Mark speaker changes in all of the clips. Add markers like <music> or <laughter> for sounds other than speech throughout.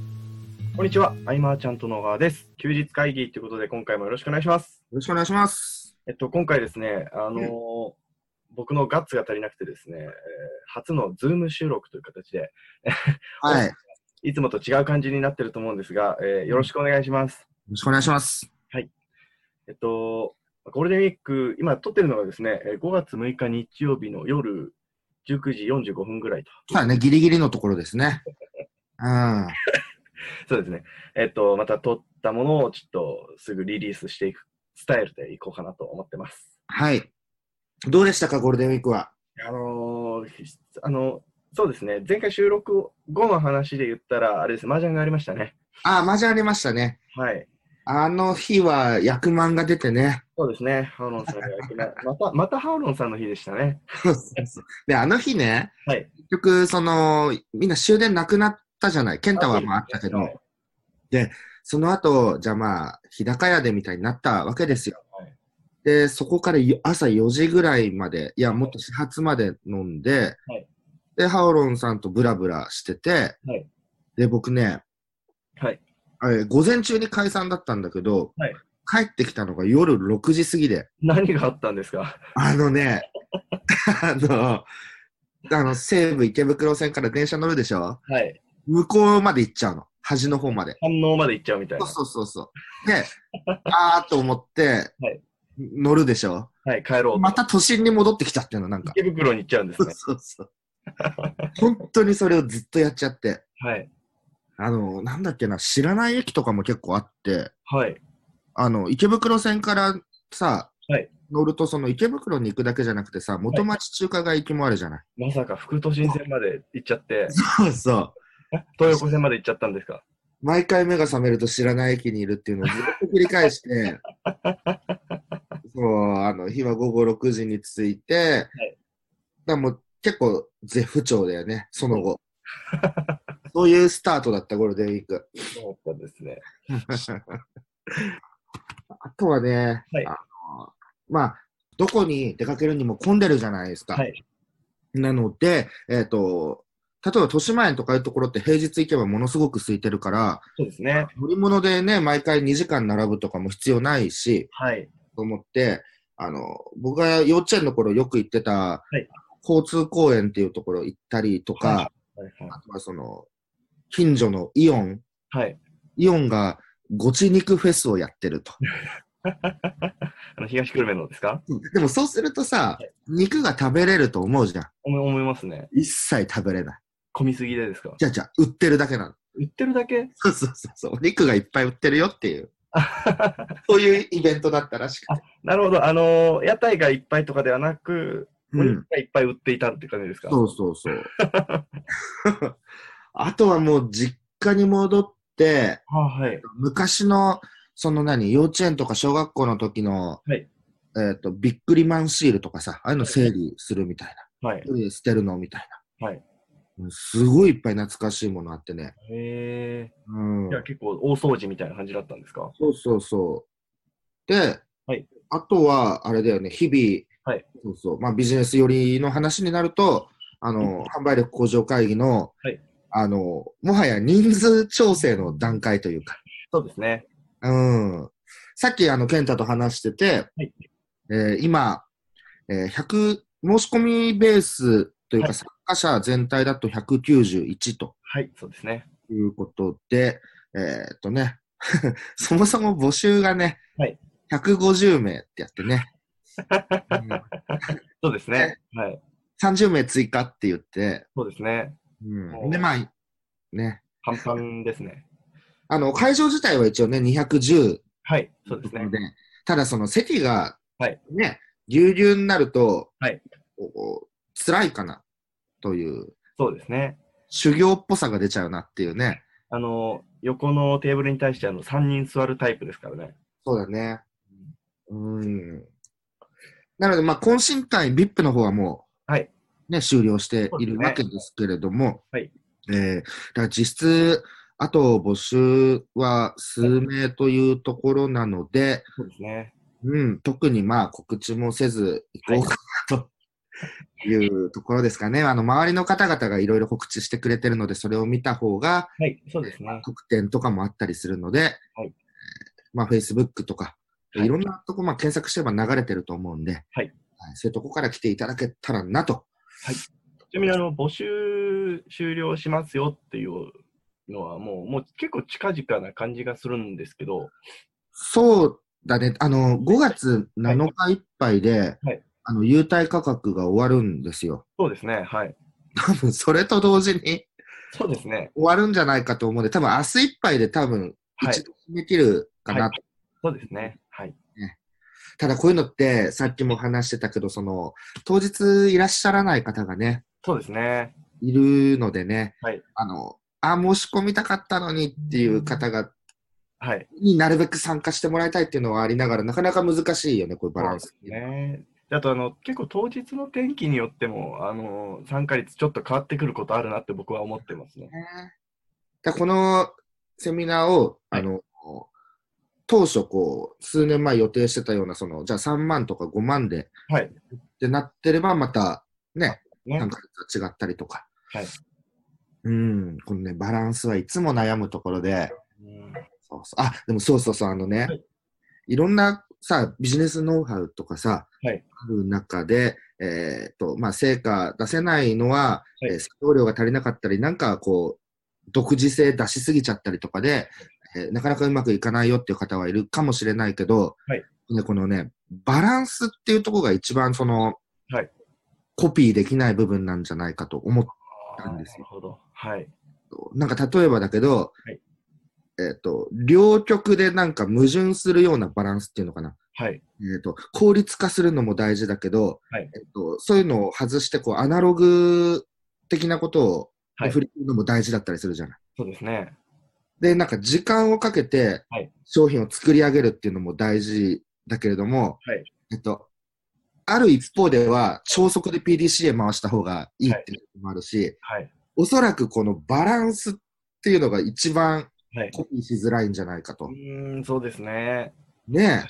Speaker 1: んにちは、アイマーちゃんと野川です。休日会議ということで、今回もよろしくお願いします。
Speaker 2: よろしくお願いします。
Speaker 1: えっと、今回ですね、あのー僕のガッツが足りなくてですね、えー初のズーム収録という形で、
Speaker 2: はい。よ
Speaker 1: いつもと違う感じになってると思うんですが、えーよろしくお願いします。
Speaker 2: ろしくお願いします。
Speaker 1: えっと、ゴールデンウィーク、今撮ってるのがですね、えー5月6日日曜日の夜19時45分ぐらいと。
Speaker 2: さあね、ギリギリのところですね。うん。
Speaker 1: そうですね。えっと、また撮ったものをちょっとすぐリリースしていくスタイルでいこうかなと思ってます。
Speaker 2: はい。どうでしたか、ゴールデンウィークは。
Speaker 1: あのーひあの、そうですね、前回収録後の話で言ったら、あれです、麻雀がありましたね。
Speaker 2: ああ、マジありましたね。
Speaker 1: はい。
Speaker 2: あの日は役満が出てね。 <laughs>
Speaker 1: そうですね、ハウロンさんがやってなまた、またハウロンさんの日でしたね。
Speaker 2: で、あの日ね、
Speaker 1: はい
Speaker 2: 結局、その、みんな終電なくなったじゃない。健太はまああったけど、
Speaker 1: はい
Speaker 2: その後、じゃあまあ、日高屋でみたいになったわけですよ。
Speaker 1: はい
Speaker 2: で、そこからよ朝4時ぐらいまで、いや、もっと始発まで飲んで、
Speaker 1: はい
Speaker 2: で、ハオロンさんとブラブラしてて、
Speaker 1: はい
Speaker 2: で、僕ね、
Speaker 1: はい
Speaker 2: あれ、午前中に解散だったんだけど、
Speaker 1: はい
Speaker 2: 帰ってきたのが夜6時過ぎで、
Speaker 1: 何があったんですか
Speaker 2: あのね、 <laughs> あの、あの西武池袋線から電車乗るでしょ
Speaker 1: はい。
Speaker 2: 向こうまで行っちゃうの。端の方まで。
Speaker 1: 反応まで行っちゃうみたいな。
Speaker 2: そうそうそうそう。で、あーと思って、
Speaker 1: はい
Speaker 2: 乗るでしょ
Speaker 1: はい、帰ろうと。
Speaker 2: また都心に戻ってきちゃってるの、なんか。
Speaker 1: 池袋に行っちゃうんです
Speaker 2: そう
Speaker 1: ね。
Speaker 2: そうそう。本当にそれをずっとやっちゃって。
Speaker 1: はい。
Speaker 2: あの、なんだっけな、知らない駅とかも結構あって、
Speaker 1: はい。
Speaker 2: あの、池袋線からさ、
Speaker 1: はい
Speaker 2: 乗ると、その池袋に行くだけじゃなくてさ、元町中華街行きもあるじゃない。
Speaker 1: まさか副都心線まで行っちゃって、
Speaker 2: そうそう。
Speaker 1: 東横線まで行っちゃったんですか
Speaker 2: 毎回目が覚めると知らない駅にいるっていうのをずっと繰り
Speaker 1: <laughs>
Speaker 2: 返して、そう、あの、日は午後6時に着いて、だからもう結構絶不調だよね、その
Speaker 1: <laughs>
Speaker 2: 後。そういうスタートだったゴールデンウィ
Speaker 1: <laughs>
Speaker 2: ーク。
Speaker 1: そうだったんですね。
Speaker 2: あとはね、
Speaker 1: はい
Speaker 2: あのまあ、どこに出かけるにも混んでるじゃないですか。
Speaker 1: はい
Speaker 2: なので、えっ、と、例えば豊島園とかいうところって平日行けばものすごく空いてるから、
Speaker 1: そうですね。
Speaker 2: 乗り物でね、毎回2時間並ぶとかも必要ないし、
Speaker 1: はい。
Speaker 2: と思って、あの、僕が幼稚園の頃よく行ってた、
Speaker 1: い
Speaker 2: 交通公園っていうところ行ったりとか、
Speaker 1: ははい。
Speaker 2: あとはその、近所のイオン、
Speaker 1: はい。
Speaker 2: イオンがごち肉フェスをやってる
Speaker 1: <laughs>
Speaker 2: と。
Speaker 1: あの、東久留米のですか
Speaker 2: でもそうすると
Speaker 1: は、
Speaker 2: さ肉が食べれると思うじゃん。
Speaker 1: 思い思いますね。
Speaker 2: 一切食べれない。
Speaker 1: 混みすぎでですか
Speaker 2: じゃあじゃあ、売ってるだけなの。
Speaker 1: 売ってるだけ
Speaker 2: そうそうそうそう。お肉がいっぱい売ってるよって
Speaker 1: <laughs>
Speaker 2: いう、
Speaker 1: あ
Speaker 2: そういうイベントだったらしくて。
Speaker 1: なるほど。あのー屋台がいっぱいとかではなく、お
Speaker 2: うん
Speaker 1: 肉。がいっぱい売っていたって感じですか、
Speaker 2: そうそうそう。 <laughs> あとはもう実家に戻って、
Speaker 1: あはい。
Speaker 2: 昔の、その何、幼稚園とか小学校の時の、
Speaker 1: はい
Speaker 2: えっ、と、ビックリマンシールとかさ、ああいうの整理するみたい
Speaker 1: はい
Speaker 2: な。。捨てるのみたいな。
Speaker 1: はい
Speaker 2: うん。すごいいっぱい懐かしいものあってね。
Speaker 1: へえ。
Speaker 2: うん
Speaker 1: じゃあ。結構大掃除みたいな感じだったんですか
Speaker 2: そうそうそう。で、
Speaker 1: はい
Speaker 2: あとは、あれだよね、日々、
Speaker 1: はい
Speaker 2: そうそうまあ、ビジネス寄りの話になると、あの、販売力向上会議の、
Speaker 1: はい
Speaker 2: あの、もはや人数調整の段階というか、
Speaker 1: そうですね。
Speaker 2: うん。さっき、あの、健太と話してて、
Speaker 1: はい
Speaker 2: えー今、えー100、申し込みベースというか、
Speaker 1: はい
Speaker 2: 参加者全体だと191と
Speaker 1: はい、そうですね。
Speaker 2: ということで、えーっとね、 <laughs> そもそも募集がね、
Speaker 1: はい
Speaker 2: 150名ってやっ
Speaker 1: <laughs>
Speaker 2: てね、うん
Speaker 1: そうですね。はい。
Speaker 2: 30名追加って言って、
Speaker 1: そうですね。
Speaker 2: う
Speaker 1: お
Speaker 2: ん、で、まあ、ね、
Speaker 1: パンパンですね。
Speaker 2: あの、会場自体は一応ね、210
Speaker 1: はい、そうで
Speaker 2: と
Speaker 1: す
Speaker 2: ころ
Speaker 1: ね。
Speaker 2: で、ただその席が、
Speaker 1: はい
Speaker 2: ね、ぎゅうぎゅうになると、
Speaker 1: はい
Speaker 2: こうこう辛いかなという、
Speaker 1: そうですね。
Speaker 2: 修行っぽさが出ちゃうなっていうね、
Speaker 1: あのー横のテーブルに対してあの3人座るタイプですからね。
Speaker 2: そうだね。うん。なので、まあ、懇親会 VIP の方はもう、
Speaker 1: はい
Speaker 2: ね、終了しているわけですけれども、
Speaker 1: そうで
Speaker 2: えーだから実質、あと募集は数名というところなので、
Speaker 1: そうですね。
Speaker 2: うん、特にまあ告知もせず行こうかなと、いうところですかね。あの、周りの方々がいろいろ告知してくれてるので、それを見た方が、
Speaker 1: はい、そうですね。
Speaker 2: 特典とかもあったりするので、
Speaker 1: はい
Speaker 2: まあ、Facebook とか、
Speaker 1: はい
Speaker 2: いろんなとこ、まあ、検索してれば流れてると思うんで、
Speaker 1: はい
Speaker 2: そういうとこから来ていただけたらなと。
Speaker 1: ちなみにあの募集終了しますよっていうのはもう、もう結構近々な感じがするんですけど、
Speaker 2: そうだね、あの、5月7日いっぱいで、
Speaker 1: はい
Speaker 2: あの、優待価格が終わるんですよ。
Speaker 1: そうですね、はい。
Speaker 2: 多分、それと同時に終
Speaker 1: そうですね、
Speaker 2: わるんじゃないかと思うんで、多分、明日いっぱいで多分、
Speaker 1: はい
Speaker 2: 一度できるかなと。
Speaker 1: はいそうですね、はい。
Speaker 2: ただ、こういうのって、さっきも話してたけど、その、当日いらっしゃらない方がね、
Speaker 1: そうですね、
Speaker 2: いるのでね、
Speaker 1: はい
Speaker 2: あの、あ、申し込みたかったのにっていう方が、
Speaker 1: はい。
Speaker 2: になるべく参加してもらいたいっていうのはありながら、なかなか難しいよね、こういうバランス。
Speaker 1: そうですね。であとあの、結構当日の天気によっても、あの、参加率ちょっと変わってくることあるなって僕は思ってますね。
Speaker 2: だこのセミナーを、
Speaker 1: はい
Speaker 2: あの、当初こう、数年前予定してたような、その、じゃあ3万とか5万で、
Speaker 1: はい。
Speaker 2: ってなってれば、また、ね、
Speaker 1: ね
Speaker 2: なんか違ったりとか。
Speaker 1: はい
Speaker 2: うん、このね、バランスはいつも悩むところで、
Speaker 1: うん
Speaker 2: そうそうあ、でもそうそうそう、あのね、
Speaker 1: はい
Speaker 2: い、ろんなさ、ビジネスノウハウとかさ、
Speaker 1: はい
Speaker 2: ある中で、えーっと、まあ、成果出せないのは、
Speaker 1: はい
Speaker 2: えー作業量が足りなかったり、なんかこう、独自性出しすぎちゃったりとかで、えーなかなかうまくいかないよっていう方はいるかもしれないけど、
Speaker 1: はい
Speaker 2: ね、このね、バランスっていうところが一番その、
Speaker 1: はい
Speaker 2: コピーできない部分なんじゃないかと思っ
Speaker 1: あー
Speaker 2: なん
Speaker 1: な
Speaker 2: ですよ
Speaker 1: るほど。はい。
Speaker 2: なんか例えばだけど、
Speaker 1: はい
Speaker 2: えっ、と、両極でなんか矛盾するようなバランスっていうのかな。
Speaker 1: はい。
Speaker 2: えっ、と、効率化するのも大事だけど、
Speaker 1: はい
Speaker 2: えっとそういうのを外して、こう、アナログ的なことを、
Speaker 1: はい
Speaker 2: 振り切るのも大事だったりするじゃない。
Speaker 1: そうですね。
Speaker 2: で、なんか時間をかけて
Speaker 1: はい、
Speaker 2: 商品を作り上げるっていうのも大事だけれども、
Speaker 1: はい
Speaker 2: えっと、ある一方では、超速で PDCA 回した方がいいっていうのもあるし、
Speaker 1: はい。
Speaker 2: おそらくこのバランスっていうのが一番
Speaker 1: はい。
Speaker 2: コピーしづらいんじゃないかと
Speaker 1: う。ーん、そうですね。
Speaker 2: ね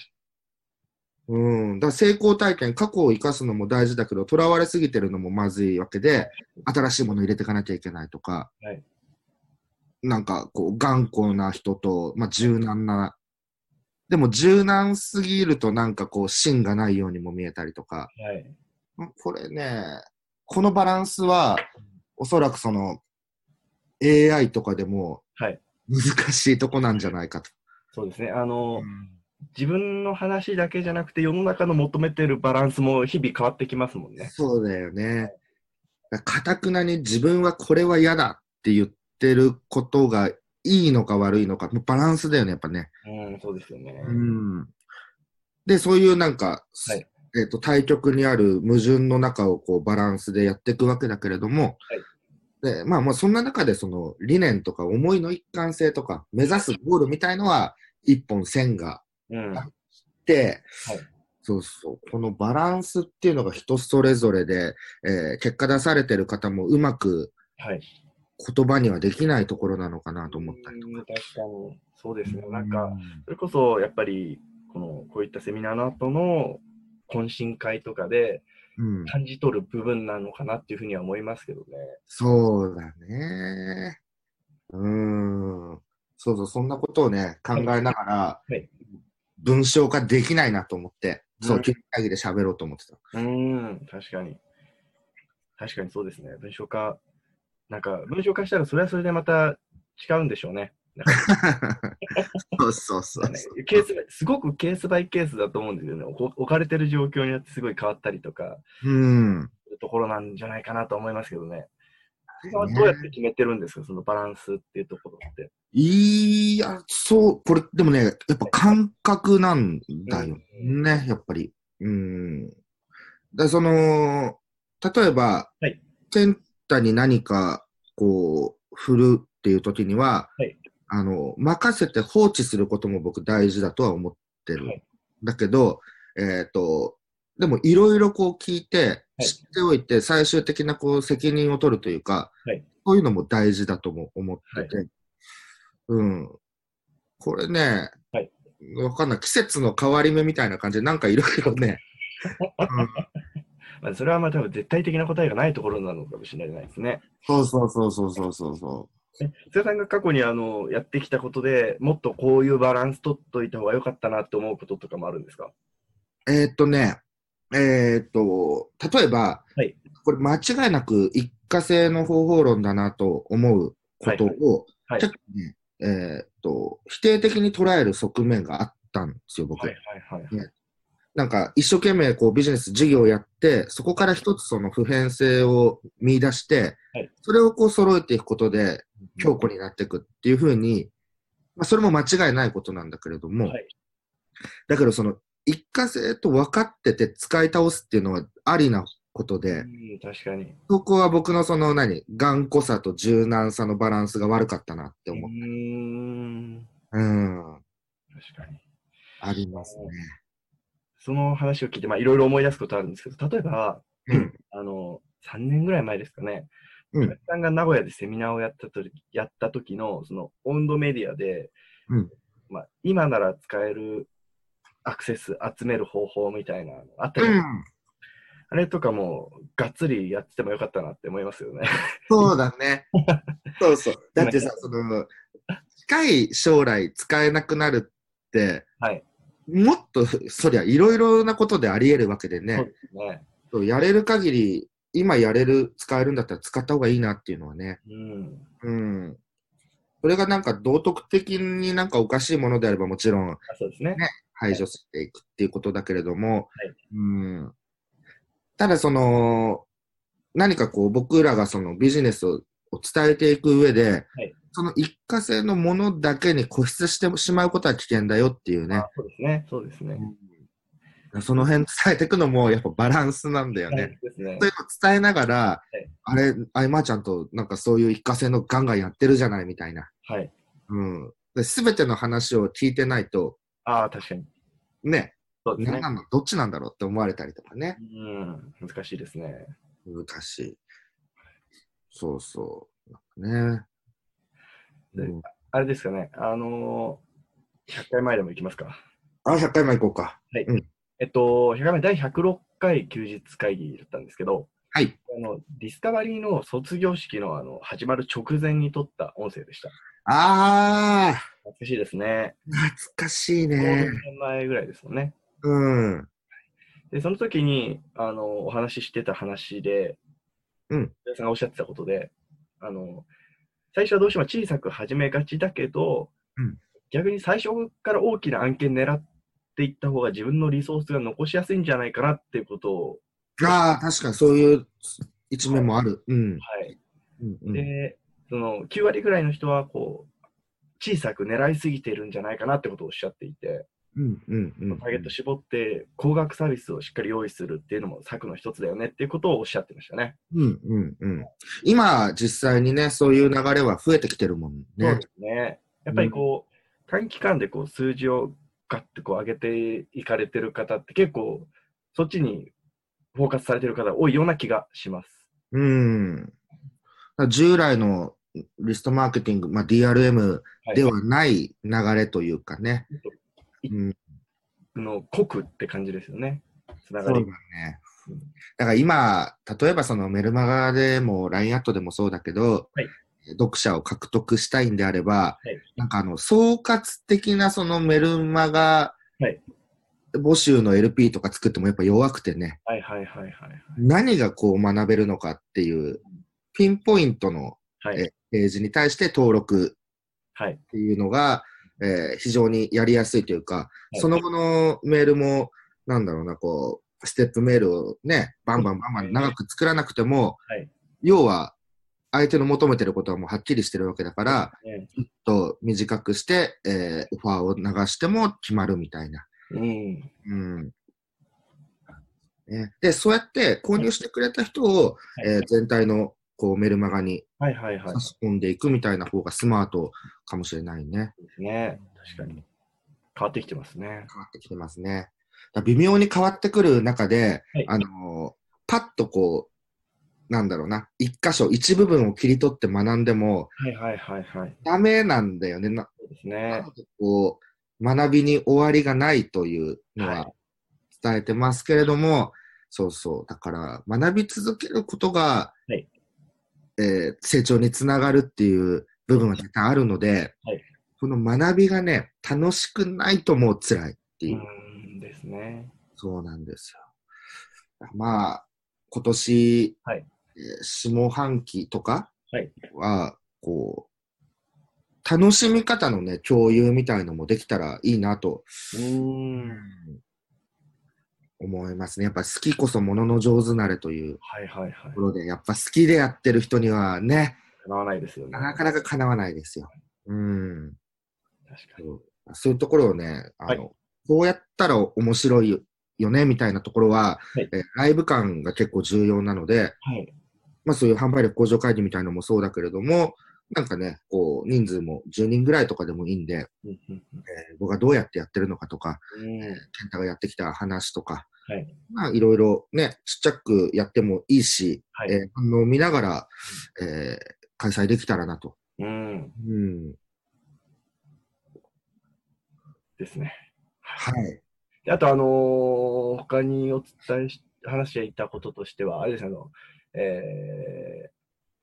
Speaker 2: え。うん。だから成功体験、過去を生かすのも大事だけど、とらわれすぎてるのもまずいわけで、新しいものを入れていかなきゃいけないとか、
Speaker 1: はい
Speaker 2: なんかこう、頑固な人と、まあ、柔軟な、でも柔軟すぎるとなんかこう、芯がないようにも見えたりとか、
Speaker 1: はい。
Speaker 2: うんこれね、このバランスは、おそらくその、AI とかでも
Speaker 1: はい、
Speaker 2: 難しいとこなんじゃないかと。
Speaker 1: そうですね。あの、自分の話だけじゃなくて、世の中の求めてるバランスも日々変わってきますもんね。
Speaker 2: そうだよね。かたくなに自分はこれは嫌だって言ってることがいいのか悪いのか、もうバランスだよね、やっぱね。
Speaker 1: うん、そうですよね。
Speaker 2: うん。で、そういうなんか、
Speaker 1: はい
Speaker 2: えっと対極にある矛盾の中をこうバランスでやっていくわけだけれども、でまあまあそんな中でその理念とか思いの一貫性とか目指すゴールみたいのは一本線があ
Speaker 1: うん。は
Speaker 2: って、
Speaker 1: はい
Speaker 2: そうそうこのバランスっていうのが人それぞれで、えー結果出されてる方もうまく
Speaker 1: い。
Speaker 2: 言葉にはできないところなのかなと思ったりと
Speaker 1: うん
Speaker 2: か。
Speaker 1: 確かに。そうですね。なんか、それこそやっぱりこのこういったセミナーの後の懇親会とかで
Speaker 2: うん、
Speaker 1: 感じ取る部分なのかなっていうふうには思いますけどね。
Speaker 2: そうだね。うーん。そうそう、そんなことをね、考えながら、
Speaker 1: はい
Speaker 2: 文章化できないなと思って、そうう、
Speaker 1: ん
Speaker 2: 切り上げで喋ろうと思って
Speaker 1: <laughs>
Speaker 2: た。
Speaker 1: うーん、確かに。確かにそうですね。文章化、なんか文章化したらそれはそれでまた違うんでしょうね。
Speaker 2: そうそうそうそう。
Speaker 1: ケースすごくケースバイケースだと思うんですよね。お置かれてる状況によってすごい変わったりとか、
Speaker 2: うん。
Speaker 1: そういうところなんじゃないかなと思いますけどね。そこはどうやって決めてるんですか、そのバランスっていうところって。
Speaker 2: いや、そう、これ、でもね、やっぱ感覚なんだよ
Speaker 1: うん
Speaker 2: ね、やっぱり。うん。だその、例えば、
Speaker 1: はい
Speaker 2: 健太に何か、こう、振るっていう時には、
Speaker 1: はい
Speaker 2: あの、任せて放置することも僕大事だとは思ってる。
Speaker 1: はい
Speaker 2: だけど、えっ、と、でもいろいろこう聞いて、
Speaker 1: はい
Speaker 2: 知っておいて、最終的なこう責任を取るというか、
Speaker 1: はい
Speaker 2: そういうのも大事だとも思ってて、うん。これね、
Speaker 1: はい
Speaker 2: わかんない。季節の変わり目みたいな感じで、なんかいろいろね、うん
Speaker 1: まあ、それはまあ多分絶対的な答えがないところなのかもしれないですね。
Speaker 2: そうそうそうそうそうそうそ
Speaker 1: え土屋さんが過去にあのやってきたことでもっとこういうバランス取っといた方が良かったなって思うこととかもあるんですか
Speaker 2: う。えーっとね、えーっと、例えば、
Speaker 1: はい
Speaker 2: これ間違いなく一過性の方法論だなと思うことを、
Speaker 1: はいはい
Speaker 2: ちょっとね、えーっと、否定的に捉える側面があったんですよ、僕。
Speaker 1: はいはいはい。
Speaker 2: なんか一生懸命こうビジネス事業をやって、そこから一つその普遍性を見出して、
Speaker 1: はい
Speaker 2: それをこう揃えていくことで強固になっていくっていうふうに、まあ、それも間違いないことなんだけれども、
Speaker 1: はい
Speaker 2: だけどその一過性と分かってて使い倒すっていうのはありなことで、
Speaker 1: うん、確かに。
Speaker 2: そこは僕のその何、頑固さと柔軟さのバランスが悪かったなって
Speaker 1: う
Speaker 2: 思う。
Speaker 1: ーん、
Speaker 2: うん、
Speaker 1: 確かに。
Speaker 2: ありますね。
Speaker 1: その話を聞いて、まあ、いろいろ思い出すことあるんですけど、例えば、
Speaker 2: うん
Speaker 1: あの、3年ぐらい前ですかね、
Speaker 2: うん
Speaker 1: お客さんが名古屋でセミナーをやったとき、やった時の、その、温度メディアで、
Speaker 2: うん
Speaker 1: まあ、今なら使えるアクセス集める方法みたいなのあった
Speaker 2: う
Speaker 1: り、
Speaker 2: ん、
Speaker 1: あれとかも、がっつりやっててもよかったなって思いますよね。
Speaker 2: そうだね。
Speaker 1: <laughs>
Speaker 2: そうそう。だってさ、その、近い将来使えなくなるって、
Speaker 1: はい。
Speaker 2: もっと、そりゃ、いろいろなことであり得るわけで
Speaker 1: そう
Speaker 2: ね
Speaker 1: で、す <laughs> ね。
Speaker 2: そうやれる限り、今やれる、使えるんだったら使った方がいいなっていうのはね。
Speaker 1: うん。
Speaker 2: うん。それがなんか道徳的になんかおかしいものであればもちろん
Speaker 1: あそうですね。
Speaker 2: 排除していくっていうことだけれども、
Speaker 1: はい
Speaker 2: うん。ただその、何かこう僕らがそのビジネスをを伝えていく上で、
Speaker 1: い
Speaker 2: その一過性のものだけに固執してしまうことは危険だよっていうね
Speaker 1: あ。そうですね。そうですね。
Speaker 2: その辺伝えていくのもやっぱバランスなんだよ
Speaker 1: はい
Speaker 2: ね。
Speaker 1: ですね
Speaker 2: そう。いうのを伝えながら、
Speaker 1: い
Speaker 2: あれ、あいまーちゃんとなんかそういう一過性のガンガンやってるじゃないみたいな。
Speaker 1: はい。
Speaker 2: うん。で全ての話を聞いてないと、
Speaker 1: ああ、確かに。
Speaker 2: ね、
Speaker 1: そうです
Speaker 2: 何
Speaker 1: ね。
Speaker 2: なのどっちなんだろうって思われたりとかね。
Speaker 1: うん。難しいですね。
Speaker 2: 難しい。そうそう。ね。
Speaker 1: で
Speaker 2: うん
Speaker 1: あれですかね、あのー、100回前でも行きますか。
Speaker 2: あ、100回前行こうか。
Speaker 1: えっと、100回前、第106回休日会議だったんですけど、
Speaker 2: はい。
Speaker 1: あのディスカバリーの卒業式のあの始まる直前に撮った音声でした。
Speaker 2: あ
Speaker 1: 懐かしいですね。
Speaker 2: ー、懐かしい
Speaker 1: 5
Speaker 2: ね。
Speaker 1: 年前ぐらいですもんね。
Speaker 2: うん。
Speaker 1: で、その時に、あの、お話ししてた話で、
Speaker 2: うん。
Speaker 1: さんがおっしゃってたことで、あの、最初はどうしても小さく始めがちだけど、
Speaker 2: うん
Speaker 1: 逆に最初から大きな案件狙っていった方が自分のリソースが残しやすいんじゃないかなっていうことを、
Speaker 2: あー、確かにそういう一面もある。うん。
Speaker 1: はい。
Speaker 2: うんうん、
Speaker 1: で、その、9割ぐらいの人は、こう、小さく狙いすぎてるんじゃないかなってことをおっしゃっていて、
Speaker 2: うんうんうん。
Speaker 1: ターゲット絞って、高額サービスをしっかり用意するっていうのも策の一つだよねっていうことをおっしゃってましたね。
Speaker 2: うんうんうん。今、実際にね、そういう流れは増えてきてるもん
Speaker 1: そう
Speaker 2: ね
Speaker 1: で。すね。やっぱりこう、短期間でこう数字をガッてこう上げていかれてる方って結構、そっちにフォーカスされてる方多いような気がします。
Speaker 2: うん。だから従来のリストマーケティング、まあ、DRM
Speaker 1: はい
Speaker 2: ではない流れというかね。うん、
Speaker 1: あの濃くって感じですよね。つな
Speaker 2: そ
Speaker 1: が
Speaker 2: うだ
Speaker 1: り。
Speaker 2: ね。だから今、例えばそのメルマガでも LINE アットでもそうだけど、
Speaker 1: はい
Speaker 2: 読者を獲得したいんであれば、
Speaker 1: はい
Speaker 2: なんかあの総括的なそのメルマガ
Speaker 1: はい
Speaker 2: 募集の LP とか作ってもやっぱ弱くてね、
Speaker 1: はいはいはいはい。
Speaker 2: 何がこう学べるのかっていう、ピンポイントの
Speaker 1: はい。
Speaker 2: えページに対して登録
Speaker 1: はい。
Speaker 2: っていうのが、えー非常にやりやすいというか、
Speaker 1: い
Speaker 2: その後のメールも、なんだろうな、こう、ステップメールをね、バンバンバンバン長く作らなくても、
Speaker 1: はい
Speaker 2: 要は、相手の求めてることはもうはっきりしてるわけだから、
Speaker 1: ね
Speaker 2: と短くして、えーオファーを流しても決まるみたいな。
Speaker 1: うん。
Speaker 2: うんね、で、そうやって購入してくれた人を、
Speaker 1: はい
Speaker 2: えー全体のこうメルマガに
Speaker 1: はいはいはい
Speaker 2: 差。し込んでいくみたいな方がスマートかもしれないね。
Speaker 1: ね。確かに。変わってきてますね。
Speaker 2: 変わってきてますね。だから微妙に変わってくる中で、
Speaker 1: はい
Speaker 2: あのーパッとこう、なんだろうな、一箇所、一部分を切り取って学んでも、
Speaker 1: はいはいはいはい。
Speaker 2: ダメなんだよね。な
Speaker 1: そうですね
Speaker 2: な。のでこう、学びに終わりがないというの
Speaker 1: は
Speaker 2: は伝えてますけれども、そうそう。だから、学び続けることが、
Speaker 1: はい
Speaker 2: えー成長につながるっていう部分は多々あるので、
Speaker 1: はい
Speaker 2: この学びがね、楽しくないともう辛いって
Speaker 1: う
Speaker 2: いう、
Speaker 1: んですね。
Speaker 2: そうなんですよ。まあ、今年、
Speaker 1: はい
Speaker 2: えー下半期とか
Speaker 1: はい
Speaker 2: は、こう、楽しみ方のね、共有みたいのもできたらいいなと
Speaker 1: うん。
Speaker 2: 思いますね。やっぱ好きこそものの上手なれという
Speaker 1: はいはいはい
Speaker 2: とこ。ろで、やっぱ好きでやってる人にはね、
Speaker 1: 叶わないですよね。
Speaker 2: なかなか叶わないですよ。うん。
Speaker 1: 確かに。
Speaker 2: そうそういうところをね、あの、
Speaker 1: は
Speaker 2: こうやったら面白いよね、みたいなところは、
Speaker 1: はい
Speaker 2: えーライブ感が結構重要なので、
Speaker 1: はい。
Speaker 2: まあそういう販売力向上会議みたいなのもそうだけれども、なんかね、こう、人数も10人ぐらいとかでもいいんで、
Speaker 1: うんうん
Speaker 2: えー僕がどうやってやってるのかとか、
Speaker 1: うんうん
Speaker 2: 健太がやってきた話とか、
Speaker 1: はい
Speaker 2: まあいろいろね、ちっちゃくやってもいいし、
Speaker 1: は
Speaker 2: え
Speaker 1: い。
Speaker 2: ー反応を見ながら、えー開催できたらなと。
Speaker 1: うん。
Speaker 2: うん。
Speaker 1: ですね。
Speaker 2: はい。
Speaker 1: であと、あのー他にお伝えし、話していたこととしては、あれですねあの、えー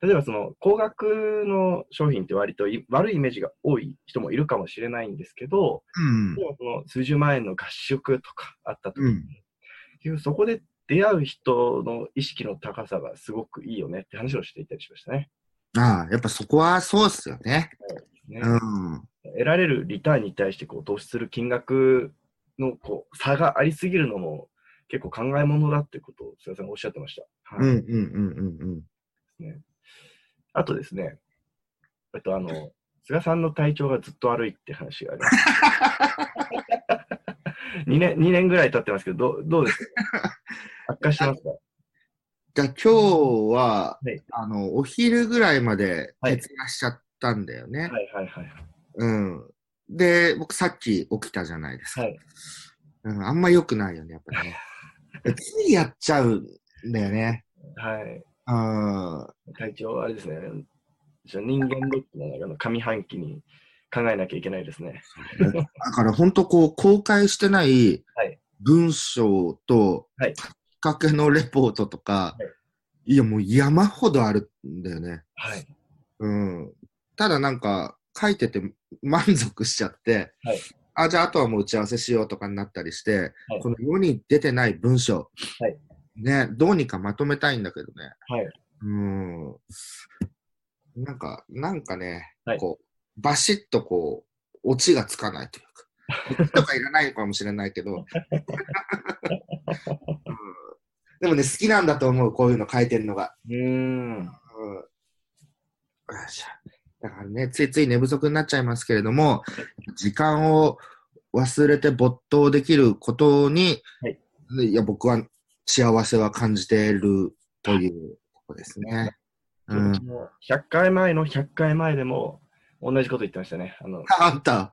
Speaker 1: 例えばその、高額の商品って割とい悪いイメージが多い人もいるかもしれないんですけど、
Speaker 2: うん
Speaker 1: で。もその数十万円の合宿とかあったとき、
Speaker 2: うん
Speaker 1: 結局そこで出会う人の意識の高さがすごくいいよねって話をしていたりしましたね。
Speaker 2: ああ、やっぱそこはそうっすよね。
Speaker 1: ね
Speaker 2: うん。
Speaker 1: 得られるリターンに対してこう投資する金額のこう差がありすぎるのも結構考えものだってことを、すみません、おっしゃってました。
Speaker 2: うんう
Speaker 1: は
Speaker 2: ん
Speaker 1: い
Speaker 2: うんうんうん。
Speaker 1: ねあとですね、えっと、あの、菅さんの体調がずっと悪いって話があり <laughs> ます。2年、二年ぐらい経ってますけど、どうどうですか悪化してます <laughs> か
Speaker 2: じゃあ今日は、
Speaker 1: はい
Speaker 2: あの、お昼ぐらいまで
Speaker 1: はい
Speaker 2: 徹夜しちゃったんだよね。
Speaker 1: はいはいはい。
Speaker 2: うん。で、僕さっき起きたじゃないですか。
Speaker 1: はい。
Speaker 2: うん、あんま良くないよね、やっぱり
Speaker 1: <laughs>
Speaker 2: ね。ついやっちゃうんだよね。
Speaker 1: はい。
Speaker 2: うん。
Speaker 1: 体調、あれですね。じゃあ人間ドックの中の上半期に考えなきゃいけないですね。
Speaker 2: だから本当こう公開してない
Speaker 1: はい
Speaker 2: 文章と、
Speaker 1: はい
Speaker 2: 書きかけのレポートとか、、
Speaker 1: はい
Speaker 2: やもう山ほどあるんだよね。
Speaker 1: はい。
Speaker 2: うん。ただなんか書いてて満足しちゃって、
Speaker 1: はい
Speaker 2: あ、じゃああとはもう打ち合わせしようとかになったりして、
Speaker 1: はい
Speaker 2: この世に出てない文章、
Speaker 1: はい
Speaker 2: ね、どうにかまとめたいんだけどね。
Speaker 1: はい。
Speaker 2: うん。なんか、なんかね、
Speaker 1: はい
Speaker 2: こう、バシッとこう、オチがつかない
Speaker 1: <laughs>
Speaker 2: というか、オチとかいらないかもしれないけど、 <laughs> うんでもね、好きなんだと思う、こういうの書いてるのが。
Speaker 1: うーん。
Speaker 2: うんよいしょだからね、ついつい寝不足になっちゃいますけれども、時間を忘れて没頭できることに、
Speaker 1: はい
Speaker 2: い、や僕は幸せは感じているということですね。うん
Speaker 1: うちの100回前の100回前でも同じこと言ってましたね。あの
Speaker 2: あんた、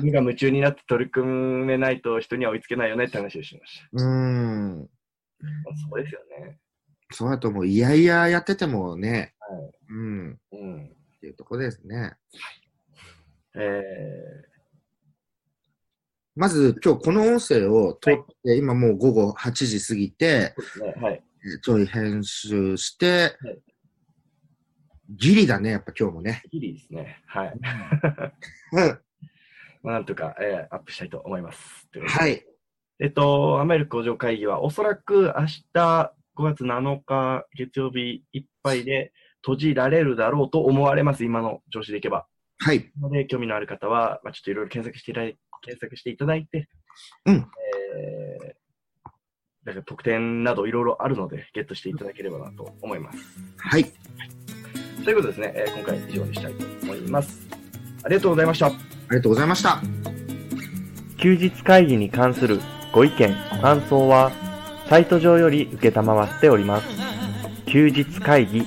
Speaker 1: 無我夢中になって取り組めないと人には追いつけないよねって話をしてました。
Speaker 2: うーん、
Speaker 1: まあそうですよね。
Speaker 2: そうだともう、いやいややっててもね、
Speaker 1: はい
Speaker 2: うん、
Speaker 1: うん。
Speaker 2: っていうとこですね。
Speaker 1: え
Speaker 2: まず、今日この音声を撮って、今もう午後8時過ぎて、
Speaker 1: ー、そうですね。はい。
Speaker 2: えーちょい編集して、
Speaker 1: はい
Speaker 2: ギリだね、やっぱ今日もね。
Speaker 1: ギリですね。はい。
Speaker 2: うん
Speaker 1: まあ、なんとか、えーアップしたいと思います。ということで
Speaker 2: はい。
Speaker 1: えっと、アメリカ工場会議は、おそらく明日5月7日月曜日いっぱいで閉じられるだろうと思われます、今の調子でいけば。
Speaker 2: はい。
Speaker 1: ので、興味のある方は、まあ、ちょっといろいろ検索していただい検索していただいて、
Speaker 2: うん
Speaker 1: えー、なんか特典などいろいろあるので、ゲットしていただければなと思います。
Speaker 2: はい。
Speaker 1: ということですね、えー今回以上にしたいと思います。ありがとうございました。
Speaker 2: ありがとうございました。
Speaker 1: 休日会議に関するご意見、ご感想は、サイト上より受けたまわっております。休日会議